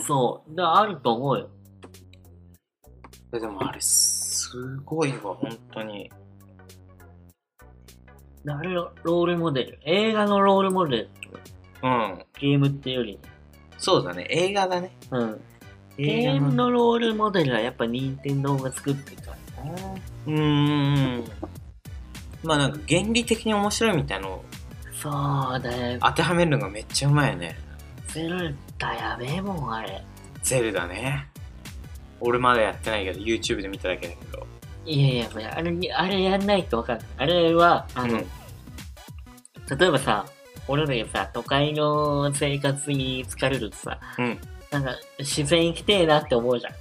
そう。だからあると思うよ。
でもあれすごいわ本当に
だからあれのロールモデル。映画のロールモデル。
うん
ゲームってより。
そうだね映画だね
うん。ゲームのロールモデルはやっぱ任天堂が作ってるから。
うーんまあなんか原理的に面白いみたいのを
そうだよ。
当てはめるのがめっちゃうまいよね
ゼルダやべえもん、あれ。
ゼルダね俺まだやってないけど YouTube で見ただけだけど
いやいやいや、あれに、あれやんないとわかんない。あれは、あの、例えばさ、俺らがさ、都会の生活に疲れるとさ、
うん
なんか自然行きてえなって思うじゃん。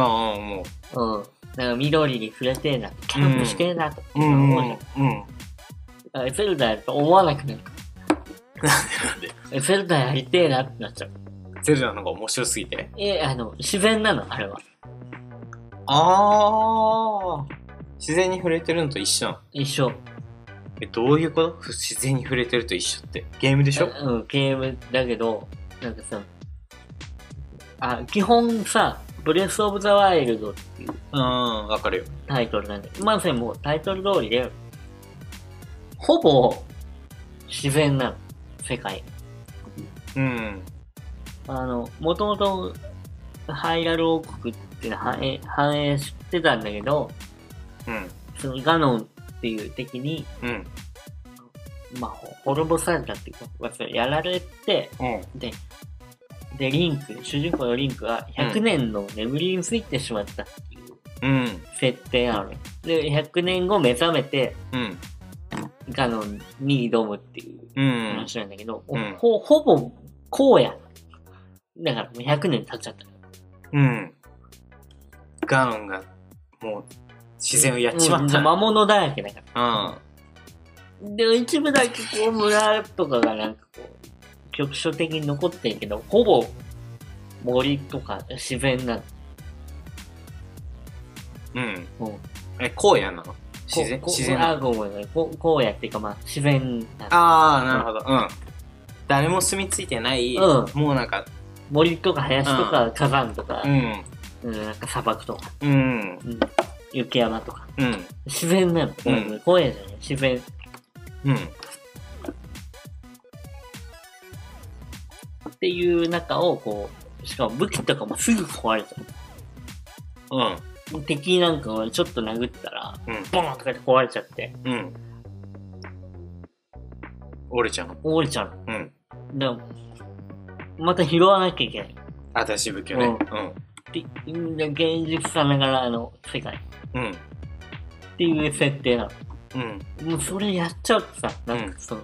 ああも
うん。なんか緑に触れてえな、キャンプしてえなとか
うう
思うじゃん。
んうん
だからゼルダやると思わなくな
な
る。
んで
え ゼルダやりてえなってなっちゃう。
ゼルダの方が面白すぎて
え、あの、自然なの、あれは。
ああ自然に触れてるのと一緒なの
一緒。
えどういうこと不自然に触れてると一緒ってゲームでしょ
うん、ゲームだけど、なんかさ、あ、基本さ、ブレスオブザワイルド
うんわかるよ
タイトルなんで、まさにもうタイトル通りで、ほぼ自然なの世界。
うん
あの、もともとハイラル王国っていうのは繁栄繁栄してたんだけど、
うん
そのガノンっていう敵に、
うん
まあ、滅ぼされたっていうかまあ、それやられて、
うん
で、で、リンク、主人公のリンクは100年の眠りについてしまったっていう
うん
設定なのね。で、100年後目覚めて、
うん
ガノンに挑むっていう
うん
話なんだけど、
うん
ほほぼこうや。だからもう100年経っちゃった。
うんガノンがもう自然をやっちまった
うん魔物だらけだから。
うん
で、一部だけこう村とかがなんかこう、局所的に残ってるけど、ほぼ森とか自然なの
うん
うん
え荒野なの自然
ここ
自然なの
あ、ごめんごめん。ここうやっていうかまあ自然なの
ああなるほどうん誰も住み着いてない、
うん
もうなんか
森とか林とか火山とか
う、ん
うん、なんか砂漠とか、
うん
うん、雪山とか。
うん
自然なの。
うん
うん、公園じゃない自然。
うん
っていう中をこう、しかも武器とかもすぐ壊れちゃ
うん
う。敵なんかをちょっと殴ったら、
うん
ボーンとかって壊れちゃって、
うん折れちゃうの
折れちゃう
うん
の。でも、また拾わなきゃいけない。
新しい武器をね
ってで現実さながらの世界
うんうん
っていう設定な
うん
の。もうそれやっちゃうとさ、なんかその、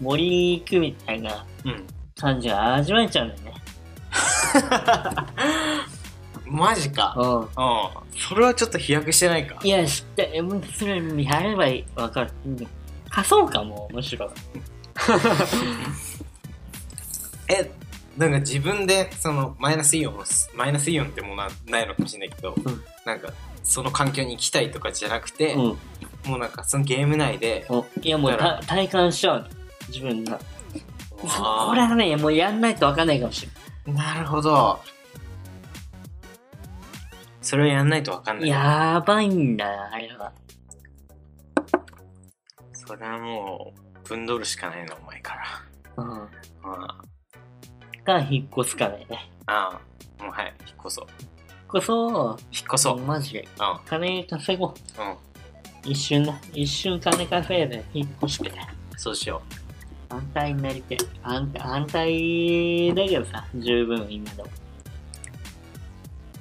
森に行くみたいな
うん
感じが味わえちゃうんだよね。
マジか
う
うんそれはちょっと飛躍してないか
ん。いや、知って、えもうそれやればいいわかる。うん仮想かも、むしろ。
えなんか自分でそのマイナスイオンをマイナスイオンってものはないのかもしれないけど、
うん
なんかその環境に行きたいとかじゃなくて、
うん。
もうなんかそのゲーム内で、
おいやもう
だから
た体感しちゃうの自分が
あー
これはねもうやんないとわかんないかもしれ
なるほどそれをやんないとわかん
な
ない
いやばいんだよあれは
それはもうぶんどるしかないなお前から
うん
あ
か引っ越すかだよね
ああもうはい引っ越そう
こそ
引っ越そううん
マジで
う
金稼ごうん一瞬な一瞬金稼いで引っ越して
そうしよ
反対になりてえ反反対だけどさ十分今でも
う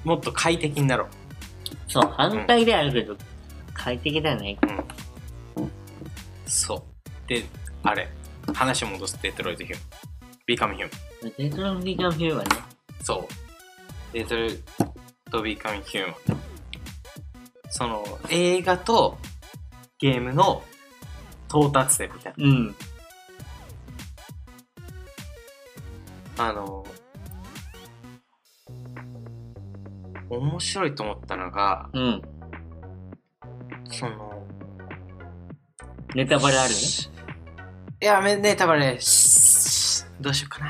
もっと快適になろう
そう反対であるけど、快適だよね
そうであれ話戻すデトロイトヒューマンビカムヒューマン
デトロンディカンフィーはね
そう。レトルトビカミヒューマン。その映画とゲームの到達点みたい
うん
な。あの、面白いと思ったのが、
うんネタバレある
いや、めね、たぶんね、しどうしようかな。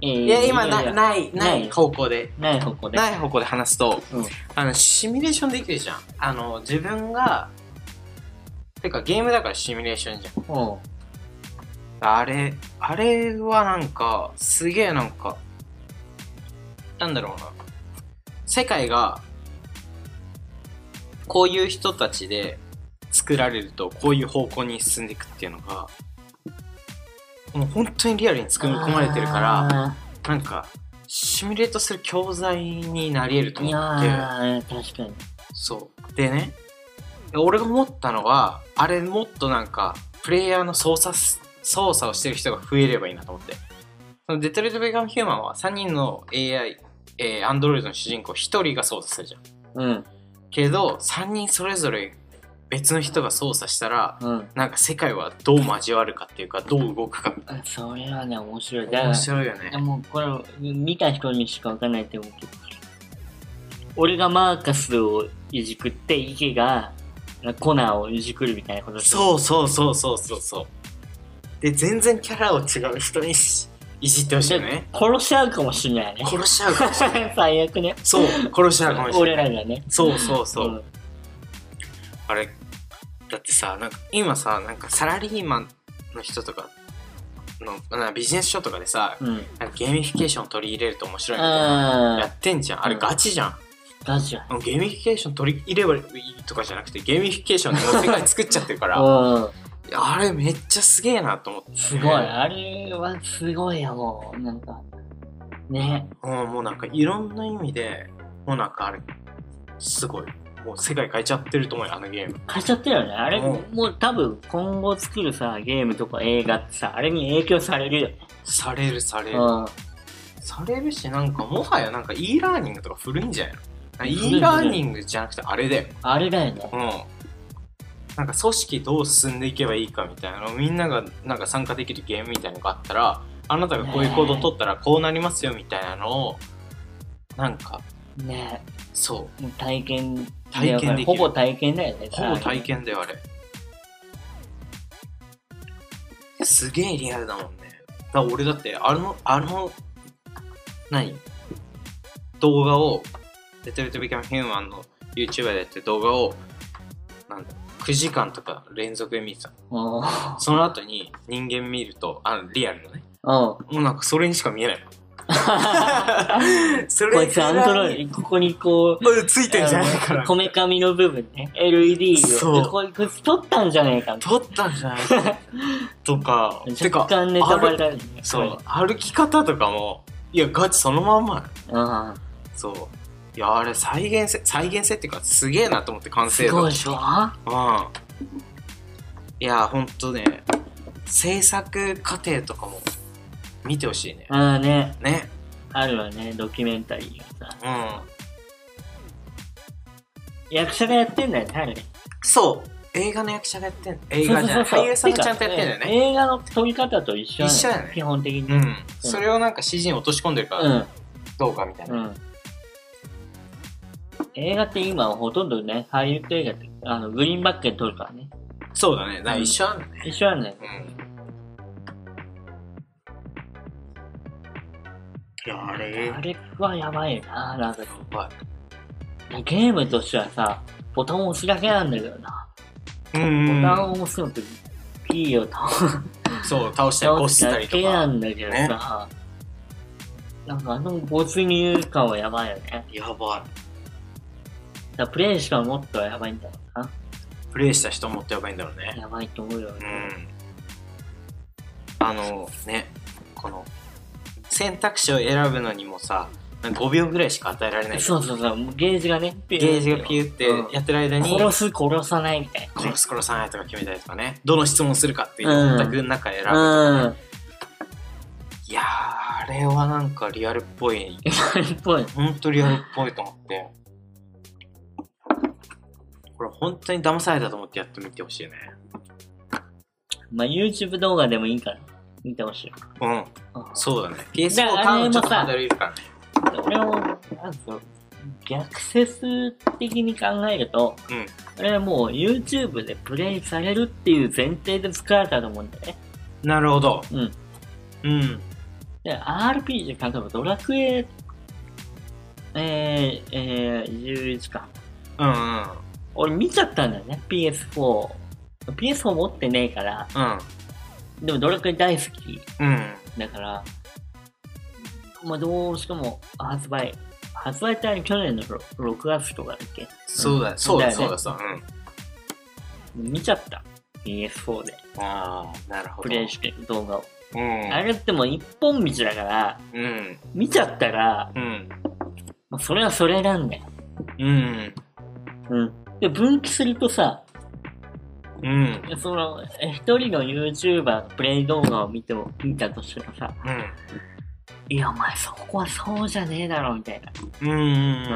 い
い
や、今、な、
な
ない、な
ない
い方向で。
ない方向で。
ない方向で話すと、
うん
あの、シミュレーションできるじゃん。あの、自分が、てかゲームだからシミュレーションじゃん。
おう
あれ、あれはなんか、すげえなんか、なんだろうな。世界が、こういう人たちで作られると、こういう方向に進んでいくっていうのが、もう本当にリアルに作り込まれてるから、
ら。
なんか、シミュレートする教材になり得ると
い
思
や
って。
ー、確かに。
そう。でね、俺が思ったのは、あれもっとなんか、プレイヤーの操作す、操作をしてる人が増えればいいなと思って。そのデトロイト・ベガン・ヒューマンは3人の AI、えー、アンドロイドの主人公1人が操作するじゃん。
うん、
けど、3人それぞれ別の人が操作したら、
うん。
なんか世界はどう交わるかっていうか、どう動くかみたい
あそれはね、面白い。だ
な。
から
面白いよね
いや。もうこれ見た人にしかわかんないと思うけど俺がマーカスをいじくって池がコナーをいじくるみたいなこと
そうそうそうそうそうそう。で、全然キャラを違う人にしいじってほしいよね。
殺し合うかもしれないね
殺しちゃうかもしれない。
最悪ね
そう、殺し合うかもしれない。
俺らがね
そうそうそう。
ん
あれ、だってさ、なんか今さ、なんかサラリーマンの人とかの、なんかビジネス書とかでさ、
うん、
なんかゲーミフィケーション取り入れると面白いみたいな。や
ああ
ってんじゃん。あれガチじゃん。
ガチだ
もうゲーミフィケーション取り入ればいいとかじゃなくて、ゲーミフィケーションでもう世界作っちゃってるから、
うん
いやあれめっちゃすげえなと思って。
すごいあれはすごいよもうなんかね
うん、もうなんかいろんな意味で、もうなんかあれ、すごい。もう世界変えちゃってると思うよ、あのゲーム。
変えちゃってるよねあれ、
う
もう多分今後作るさゲームとか映画ってさあれに影響されるよね
されるされる。
うん
されるしなんかもはやなんか e ラーニングとか古いんじゃないの
い
e ラーニングじゃなくてあれだよ
あれだよね
う。んなんか組織どう進んでいけばいいかみたいなのみんながなんか参加できるゲームみたいなのがあったらあなたがこういう行動を取ったらこうなりますよみたいなのをなんか
ね
そ
もう体験。
体験できる
ほぼ体験だよね。
うほぼ体験だよあれすげえリアルだもんねだから俺だってあのあの何動画を「レトルト・ビカム・ヒューマン」の YouTuber でやってる動画をなんだ9時間とか連続で見てたの
うん。
その後に人間見るとあのリアルのね
うん。
もうなんかそれにしか見え ないのそ
こいつアンドロ
イ
イド、ここにこう、
ついてんじゃないから
こめかみの部分ね。LED を。
そう
でこいこいつ取ったんじゃねえかみたい
撮ったんじゃないかとかて
な。
か
若干ネタバ
歩
レだよね。
そう歩き方とかもいやガチそのまんまなの
うん。
そういやあれ再現性再現性っていうかすげえなと思って完成
す
度
ごいでしょ
うん。いや、ほんとね、制作過程とかも見てほしいね。
ああね。
ね。
あるわね、ドキュメンタリーがさ。
うん。
役者がやってんだよね、あれね。
そう。映画の役者がやってん映画じゃない。
そうそうそう
俳優さんがちゃんとやってんだよ
てか
ね。
映画の撮り方と一緒なの
一緒だよね
基本的に。う。
うんん。それをなんか CG に落とし込んでるから、どうかみたいな。
うん。映画って今ほとんどね、ハリウッド映画って、あの、グリーンバックで撮るからね。
そうだね。だから一緒なんだね。
一緒なんだよ
うん。いや、あれ、
あれはやばいな、なんか。
は
ゲームとしてはさ、ボタンを押すだけなんだけどな。
い。う
ボ
ん
タンを押すのって、いいよ、倒す
そう、倒したり、
倒
こ
す
すっ
だ
たりと
け
か
な。んだけどさ。なんかあの没入感はやばいよね。
やば
だからプレイしかもっとやばいんだろうな。
い。プレイした人もってやばいんだろうね。
やばいと思うよ、
うんあのねこの選択肢を選ぶのにもさ5秒ぐらいしか与えられない
そうそうそう、もうゲージがね、ゲ
ゲージがピューってやってる間に、
殺す殺さないみたいなね
殺す殺さないとか決めたりとかねどの質問するかっていうのを全く中選ぶ、
うん
いやーあれはなんかリアルっぽい
それっぽい
ほんとリアルっぽいと思ってこれ本当に騙されたと思ってやってみてほしいね
まあ YouTube 動画でもいいから見てほしい
うん
うん
そうだね
だ
PS4
から
買うのちょっとハー
あれもさ
ドルいるからね
俺をなんか逆説的に考えると
うん
あれはもう YouTube でプレイされるっていう前提で作られたと思うんだよね。
なるほど。
うん。
うん。
で、RPG、例えばドラクエ、えー、えー、11か。
うんうん。
俺見ちゃったんだよね、PS4。PS4 持ってねえから、
うん。
でもドラクエ大好き
うん。
だから、まあどうしても発売、発売ってあれ去年のろ6月とかだっけ
そうだ、そうだ、
だよね
そうだ、そうだ。うん。
見ちゃった。PS4 で
ああ、なるほど。
プレイしてる動画を。
うん。
あれってもう一本道だから、
うん。
見ちゃったら、
うん。
まあ、それはそれなんだよ。
うん。
うん。で、分岐するとさ、
うん。
その、え一人の YouTuber のプレイ動画を見ても、見たとしてもさ、
うん。
いや、お前そこはそうじゃねえだろ、みたいな。
うんうんうん。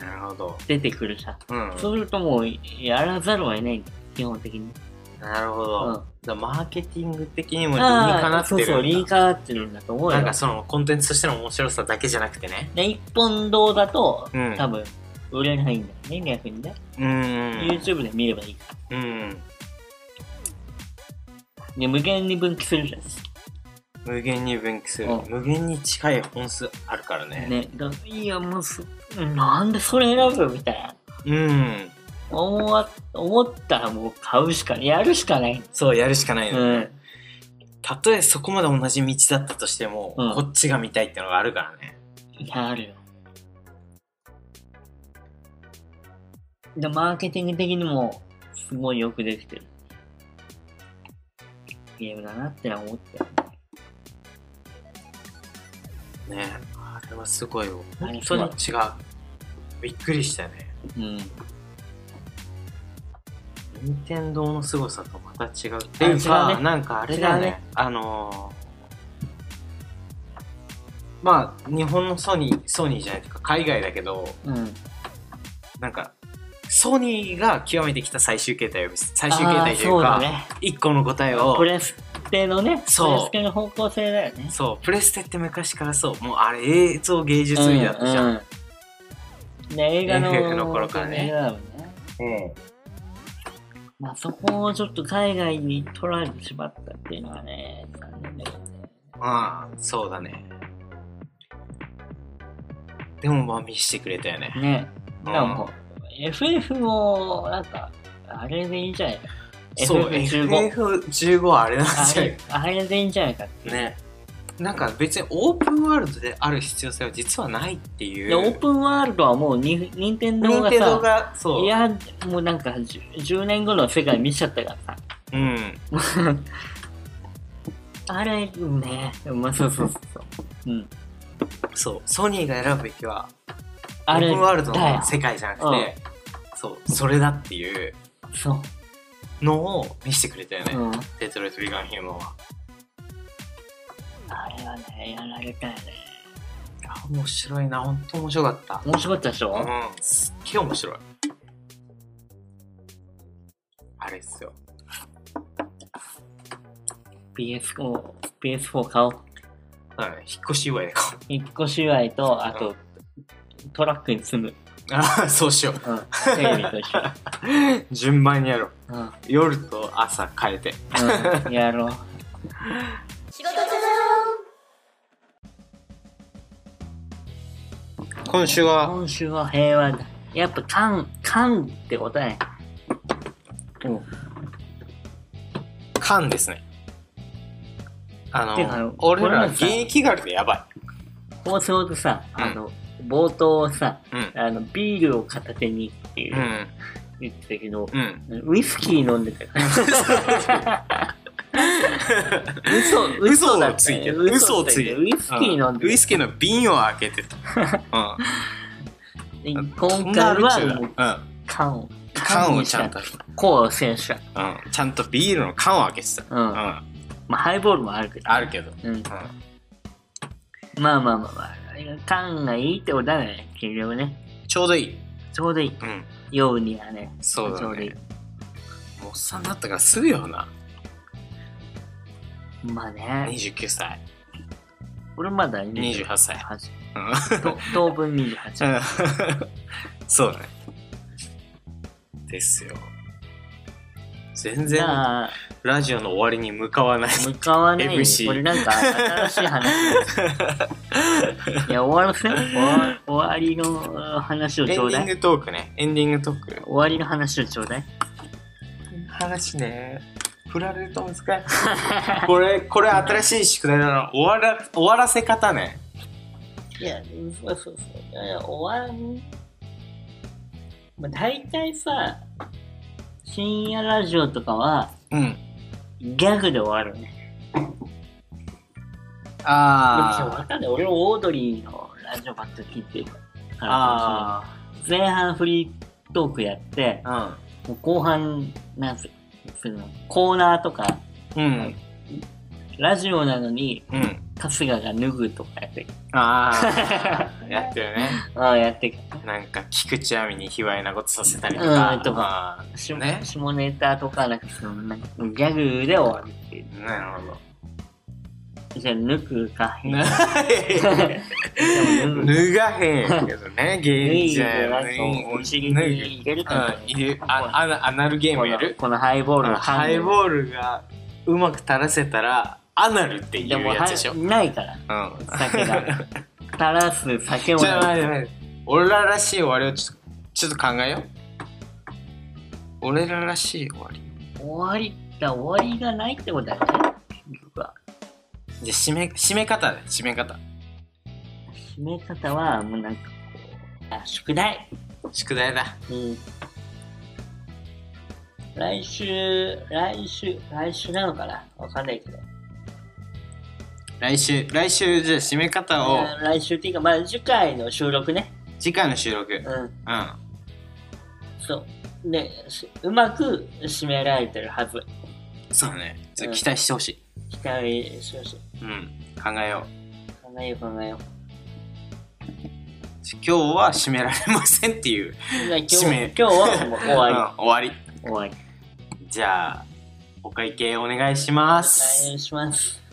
なるほど。
出てくるさ。
うん。
そうするともう、やらざるを得ないんだよ基本的に。
なるほ
うん。
ど。だマーケティング的にも理にかな
ああ、
って
そう
る。
そう、理にかなってるんだと思う
なん
よ
か。そのコンテンツとしての面白さだけじゃなくてね。
で、一本動だと、
うん
多分、売れないんだよね、逆にね。
うん。
YouTube で見ればいいから。
うん。
で、無限に分岐するじゃん。
無限に分岐する
うん。
無限に近い本数あるからね。
ね、だいや、もうす、なんでそれ選ぶみたいな。
うん。
思わ、思ったらもう買うしか、やるしかない。
そう、やるしかないの。
うん。
たとえそこまで同じ道だったとしても、
うん
こっちが見たいってのがあるからね。
やるよ。で、マーケティング的にも、すごいよくできてる。ゲームだなってのは思ってる。
ねあれはすごいよ。
あ
本
れ
当に違う。びっくりしたね。
うん。
任天堂の凄さとまた違う。って
あ
いうか、
違うね
なんかあれだよね。
違うね
あのー、まあ、日本のソニー、ソニーじゃないというか、海外だけど、
うん。
なんか、ソニーが極めてきた最終形態を見せ、最終形態という
あーそうだ
か、
ね。
一、個の答えを
プ、レステのね、
そう
プレステの方向性だよね。
そう、プレステって昔からそう、もうあれ映像芸術美だったじゃん。
うんうん、ね映画の
FF の頃からね
映画だもんね
うん
まあ、そこをちょっと海外に取られてしまったっていうのはね、残念だけどね。
ああ、そうだね。でもまあ見してくれたよね。
ね。
う
だ
ん
からもう、FF も、なんか、あれでいいんじゃないか。
そう、
FF15
FF15 はあれなん
あ
じゃない
れあれでいいんじゃないかっていう。
ね。なんか別にオープンワールドである必要性は実はないっていう。
で、オープンワールドはもうに、任天堂が
任天堂
さ、
が、そう。
いや、もうなんか10、10年後の世界見ちゃったからさ。
うん。
あれ、ね。まあ、そうそうそうそう。うん。
そう。ソニーが選ぶべきは、オ
あ
ー
れ、
プンワールド
だよ
の世界じゃなくて、そう、それだっていう
そう。
のを見せてくれたよね。
うん。
デトロイト・ビガン・ヒューマンは。
あれはね、やられたよね。
あ面白いな。ほんと面白かった。
面白かったでしょ、
うん、すっげえ面白い。あれっすよ。
?PS4、PS4 買おう。
うん、引っ越し祝いで買おう。
引っ越し祝いと、あと、トラックに積む。
ああ、そうしよう。
うん。テレビ と一緒。
順番にやろう。
うん。
夜と朝変えて。
うん。やろう。
今週は、
今週は平和だ。やっぱ、かん、かんってことだね。うん。
カンですね。あ
てか
の、俺
これ
ら
はさ
現役があるとやば
放送とさ、あの、冒頭さ、
い。うん。
あの、ビールを片手にっていうう、
ん。
言ってたけど、
うん。
ウイスキー飲んでたから。嘘、 嘘
嘘
だ
をついてる
嘘をついてる。ウイスキー飲ん
ウ
で
イスキーの瓶を開けて た。うん。
今回はもう
は、
缶を。
うん。缶をちゃんと、
こう選手だ。
うん。ちゃんとビールの缶を開けてた。
うん。
うん。
まあ、ハイボールもあるけど。
あるけど。
うん。
うん。
まあまあまあまあ。缶がいいってことだね。結局ね。
ちょうどいい。
ちょうどいい。
うん。
ようにはね。
そう
ち
だ
ょうどい
ね
い。。
おっさんだったからすぐよな。
まあね。
29歳。
俺まだ28
28歳。
八
うん
と当分28。
そうだね。ですよ全
じ
然
ゃあ、
ラジオの終わりに向かわない
向かわない。
MC
これなんか新しい話 です。いや、終わらせ終わ終わりの話を
エ
ちょ
ン
う
ディン
だい。
グトークねエンディングトーク
終わりの話をちょうだい。
話ね振られると難しいこれこれ新しい宿題だな終わら終わらせ方ね
いや、そうそうそう。いや終わり。まあ、大体さ、深夜ラジオとかは、
うん
ギャグで終わるね。でもさ
あ
わかんない。俺もオードリーのラジオばっか聞いてるからか
あ
もしれない。前半フリートークやって、
あ
もう後半、なんすそのコーナーとか、
うんうん
ラジオなのに、
うん
春日が脱ぐとかやってる。
あ あやってるね
ああ、やってる。
なんか菊池亜美に卑猥なことさせたりと
う
か
んとか下,、
ね
下ネタとか、なんかその、なんかギャグで終わるっていう。
あーなるほど
じゃあ、抜くか。
な
脱ぐ。
脱がへんけどね芸人じゃ
なんかお尻に入れるかな
うんいるあアナアナルゲームやる
このハイボールの
ハイ
ー
ボールがうまく垂らせたらアナルっていうやつでしょうん
ないから、酒が。垂らす酒も
じゃあ
な
待っ
い。
て待って俺ららしい終わりをちょっとちょっと考えよう俺ららしい終わり
終わりだ、終わりがないってことだよね。結局は。
じゃあ締め締め方だ締め方
締め方は、もうなんかこう、あ、宿題
宿題だ
うん。来週、来週、来週なのかなわかんないけど。
来週来週じゃあ締め方を
来週っていうか、まあ次回の収録ね。
次回の収録うん
うん。
あ
そう。ね、しうまく締められてるはず。
そうだねちょっと期待してほしい
期待しましょ
うん考えよう
う。考えよう考えよう。
今日は締められませんっていう
じゃあ今日
締め
今日はもう終わ
うん終わ
り。終わり。
りじゃあお会計お願いしま
お
す
願いします。